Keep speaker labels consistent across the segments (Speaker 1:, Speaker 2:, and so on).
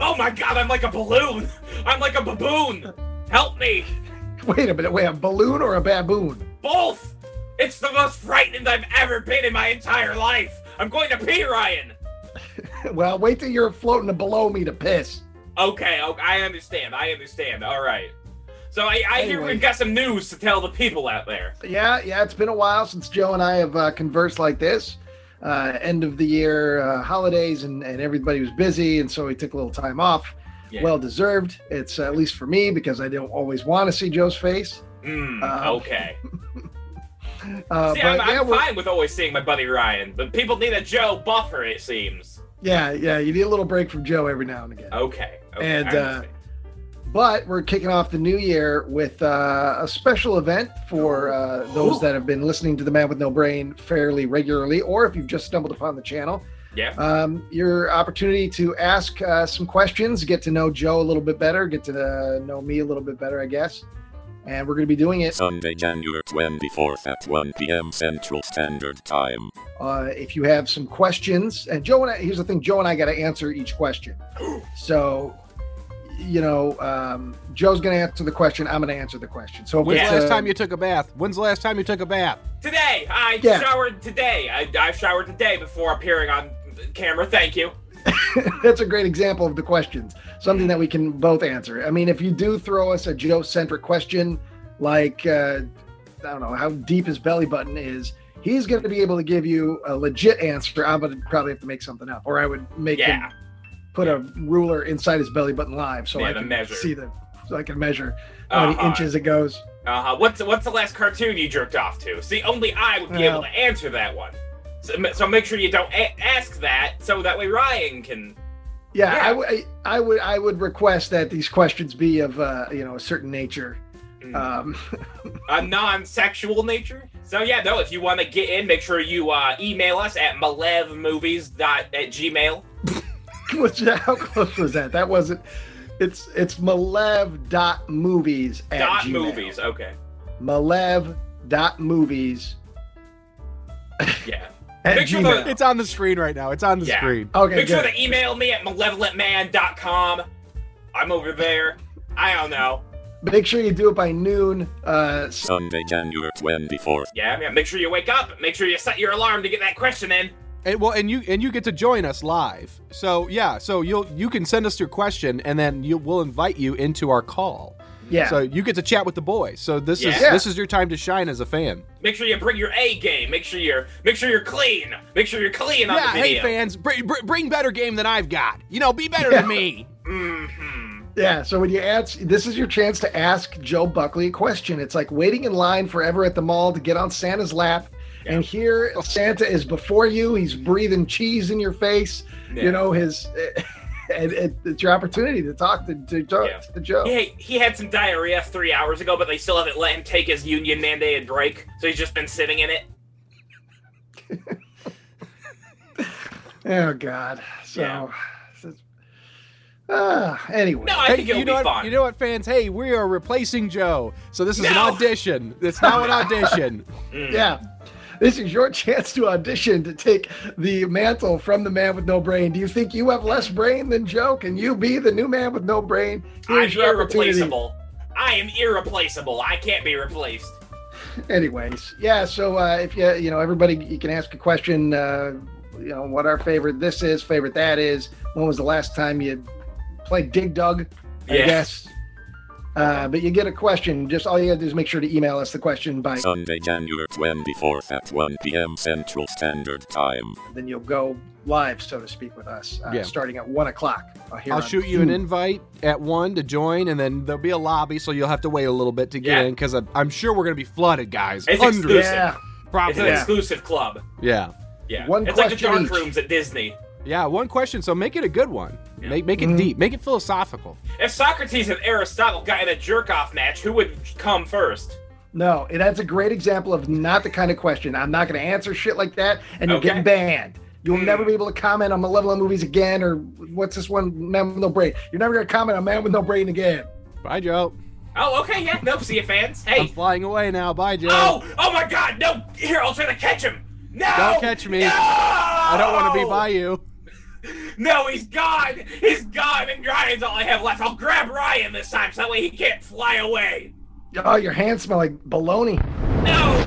Speaker 1: Oh my god, I'm like a balloon. I'm like a baboon. Help me.
Speaker 2: Wait a minute. Wait, a balloon or a baboon?
Speaker 1: Both. It's the most frightened I've ever been in my entire life. I'm going to pee, Ryan.
Speaker 2: well, wait till you're floating below me to piss.
Speaker 1: Okay, okay I understand. I understand. All right. So I, I hear
Speaker 2: Anyway.
Speaker 1: we've got some news to tell the people out there.
Speaker 2: Yeah, yeah. It's been a while since Joe and I have uh, conversed like this. Uh, end of the year uh, holidays, and, and everybody was busy, and so we took a little time off.
Speaker 1: Yeah.
Speaker 2: Well deserved. It's uh, at least for me because I don't always want to see Joe's face.
Speaker 1: Mm,
Speaker 2: Uh,
Speaker 1: okay.
Speaker 2: Uh,
Speaker 1: See, I'm,
Speaker 2: but
Speaker 1: I'm
Speaker 2: yeah, we're-
Speaker 1: fine with always seeing my buddy Ryan, but people need a Joe buffer, it seems.
Speaker 2: yeah, yeah. You need a little break from Joe every now and again.
Speaker 1: Okay. okay
Speaker 2: And,
Speaker 1: I
Speaker 2: uh,
Speaker 1: understand.
Speaker 2: But we're kicking off the new year with uh, a special event for uh, those that have been listening to the Man with No Brain fairly regularly, or if you've just stumbled upon the channel.
Speaker 1: Yeah.
Speaker 2: Um, your opportunity to ask uh, some questions, get to know Joe a little bit better, get to uh, know me a little bit better, I guess. And we're going to be doing it.
Speaker 3: Sunday, January 24th at 1 p.m. Central Standard Time.
Speaker 2: Uh, if you have some questions, and Joe and I, here's the thing Joe and I got to answer each question. So, you know, um, Joe's going to answer the question. I'm going to answer the question. So, if
Speaker 4: When's
Speaker 2: it's,
Speaker 4: the last
Speaker 2: uh,
Speaker 4: time you took a bath? When's the last time you took a bath?
Speaker 1: Today, I
Speaker 2: Yeah.
Speaker 1: showered today. I, I showered today before appearing on camera. Thank you.
Speaker 2: That's a great example of the questions, something that we can both answer. I mean, if you do throw us a Joe centric question, like, uh, I don't know, how deep his belly button is, he's going to be able to give you a legit answer. I'm going to probably have to make something up, or I would make
Speaker 1: Yeah.
Speaker 2: him put a ruler inside his belly button live so
Speaker 1: Yeah,
Speaker 2: I
Speaker 1: to
Speaker 2: can
Speaker 1: measure.
Speaker 2: see the, so I can measure how many
Speaker 1: Uh-huh.
Speaker 2: inches it goes.
Speaker 1: Uh huh. What's what's the last cartoon you jerked off to? See, only I would be
Speaker 2: Well.
Speaker 1: able to answer that one. So, ma- so make sure you don't a- ask that, so that way Ryan can.
Speaker 2: Yeah,
Speaker 1: Yeah.
Speaker 2: I w I I would, I would request that these questions be of, uh, you know, a certain nature.
Speaker 1: Mm.
Speaker 2: Um,
Speaker 1: a non-sexual nature. So yeah, no. If you want to get in, make sure you uh, email us at malevmovies dot at gmail.
Speaker 2: Which how close was that? That wasn't. It's it's Malev dot movies at
Speaker 1: Dot
Speaker 2: Gmail.
Speaker 1: movies. Okay.
Speaker 2: Malev dot movies.
Speaker 1: Yeah.
Speaker 2: At
Speaker 1: Make sure
Speaker 2: Gmail.
Speaker 1: the-
Speaker 4: It's on the screen right now. It's on the
Speaker 1: Yeah. Oh.
Speaker 4: screen.
Speaker 2: okay.
Speaker 1: Make sure
Speaker 2: good.
Speaker 1: to email me at malevolentman.com. I'm over there. I don't know.
Speaker 2: Make sure you do it by noon. Uh, so-
Speaker 3: Sunday, January 24th.
Speaker 1: Yeah, yeah. Make sure you wake up. Make sure you set your alarm to get that question in.
Speaker 4: And, well, and you and you get to join us live. So yeah, so you'll you can send us your question, and then you, we'll invite you into our call.
Speaker 2: yeah.
Speaker 4: So you get to chat with the boys. So this is
Speaker 1: Yeah.
Speaker 4: this is your time to shine as a fan.
Speaker 1: Make sure you bring your A game. Make sure you're make sure you're clean. Make sure you're clean on
Speaker 4: yeah,
Speaker 1: the video.
Speaker 4: hey fans, br- br- bring better game than I've got. You know, be better than me.
Speaker 1: hmm
Speaker 2: yeah. So when you ask, this is your chance to ask Joe Buckley a question. It's like waiting in line forever at the mall to get on Santa's lap. And here Santa is before you. He's breathing cheese in your face. You know his. and it, it's your opportunity to talk to to, talk
Speaker 1: Yeah.
Speaker 2: to Joe.
Speaker 1: He, he had some diarrhea three hours ago, but they still haven't let him take his union mandated break, so he's just been sitting in it.
Speaker 2: Oh God. So.
Speaker 1: Yeah.
Speaker 2: Uh, anyway.
Speaker 1: No, I
Speaker 4: Hey,
Speaker 1: think
Speaker 4: you
Speaker 1: it'll
Speaker 4: know
Speaker 1: be
Speaker 4: what,
Speaker 1: fun.
Speaker 4: you know what, fans? Hey, we are replacing Joe, so this is an
Speaker 1: No.
Speaker 4: audition. It's now an audition.
Speaker 1: Mm.
Speaker 2: Yeah. This is your chance to audition to take the mantle from the man with no brain. Do you think you have less brain than Joe? Can you be the new man with no brain?
Speaker 1: I'm
Speaker 2: Here's your opportunity.
Speaker 1: irreplaceable. I am irreplaceable. I can't be replaced.
Speaker 2: Anyways, yeah. So uh, if you you know everybody, you can ask a question. Uh, you know what our favorite this is, favorite that is. When was the last time you played Dig Dug? I
Speaker 1: Yeah.
Speaker 2: guess. Uh, but you get a question. Just all you gotta do is make sure to email us the question by
Speaker 3: Sunday, January 24th at 1 p.m. Central Standard Time.
Speaker 2: then you'll go live, so to speak, with us uh,
Speaker 4: Yeah.
Speaker 2: starting at one o'clock. uh, here
Speaker 4: I'll
Speaker 2: on
Speaker 4: shoot you an
Speaker 2: Zoom.
Speaker 4: invite at one to join, and then there'll be a lobby, so you'll have to wait a little bit to get
Speaker 1: Yeah.
Speaker 4: in because I'm, I'm sure we're gonna be flooded, guys.
Speaker 1: It's
Speaker 4: Hundreds,
Speaker 1: exclusive.
Speaker 2: Yeah,
Speaker 1: It's
Speaker 4: probably.
Speaker 1: an
Speaker 2: Yeah.
Speaker 1: exclusive club.
Speaker 4: Yeah,
Speaker 1: Yeah.
Speaker 2: One
Speaker 1: it's like the
Speaker 2: question
Speaker 1: dark
Speaker 2: each.
Speaker 1: rooms at Disney.
Speaker 4: yeah. One question, so make it a good one.
Speaker 1: Yeah.
Speaker 4: Make make it
Speaker 2: Mhm.
Speaker 4: deep. Make it philosophical.
Speaker 1: If Socrates and Aristotle got in a jerk off match, who would come first?
Speaker 2: no, and that's a great example of not the kind of question. I'm not going to answer shit like that, and you'll
Speaker 1: Okay.
Speaker 2: get banned. You'll
Speaker 1: Hmm.
Speaker 2: never be able to comment on Malevolent movies again, or what's this one, Man with No Brain. You're never going to comment on Man with No Brain again.
Speaker 4: Bye, Joe.
Speaker 1: Oh, okay, yeah. Nope. See you, fans.
Speaker 4: I'm
Speaker 1: Hey.
Speaker 4: flying away now. Bye, Joe.
Speaker 1: Oh, oh my God. No. Here, I'll try to catch him. No.
Speaker 4: Don't catch me.
Speaker 1: No! Oh!
Speaker 4: I don't want to be by you.
Speaker 1: No, he's gone. He's gone, and Ryan's all I have left. I'll grab Ryan this time so that way he can't fly away.
Speaker 2: Oh, your hands smell like bologna.
Speaker 1: No!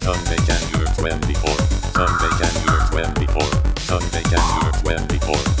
Speaker 3: Sunday, January 24. Sunday, January 24. Sunday, January 24.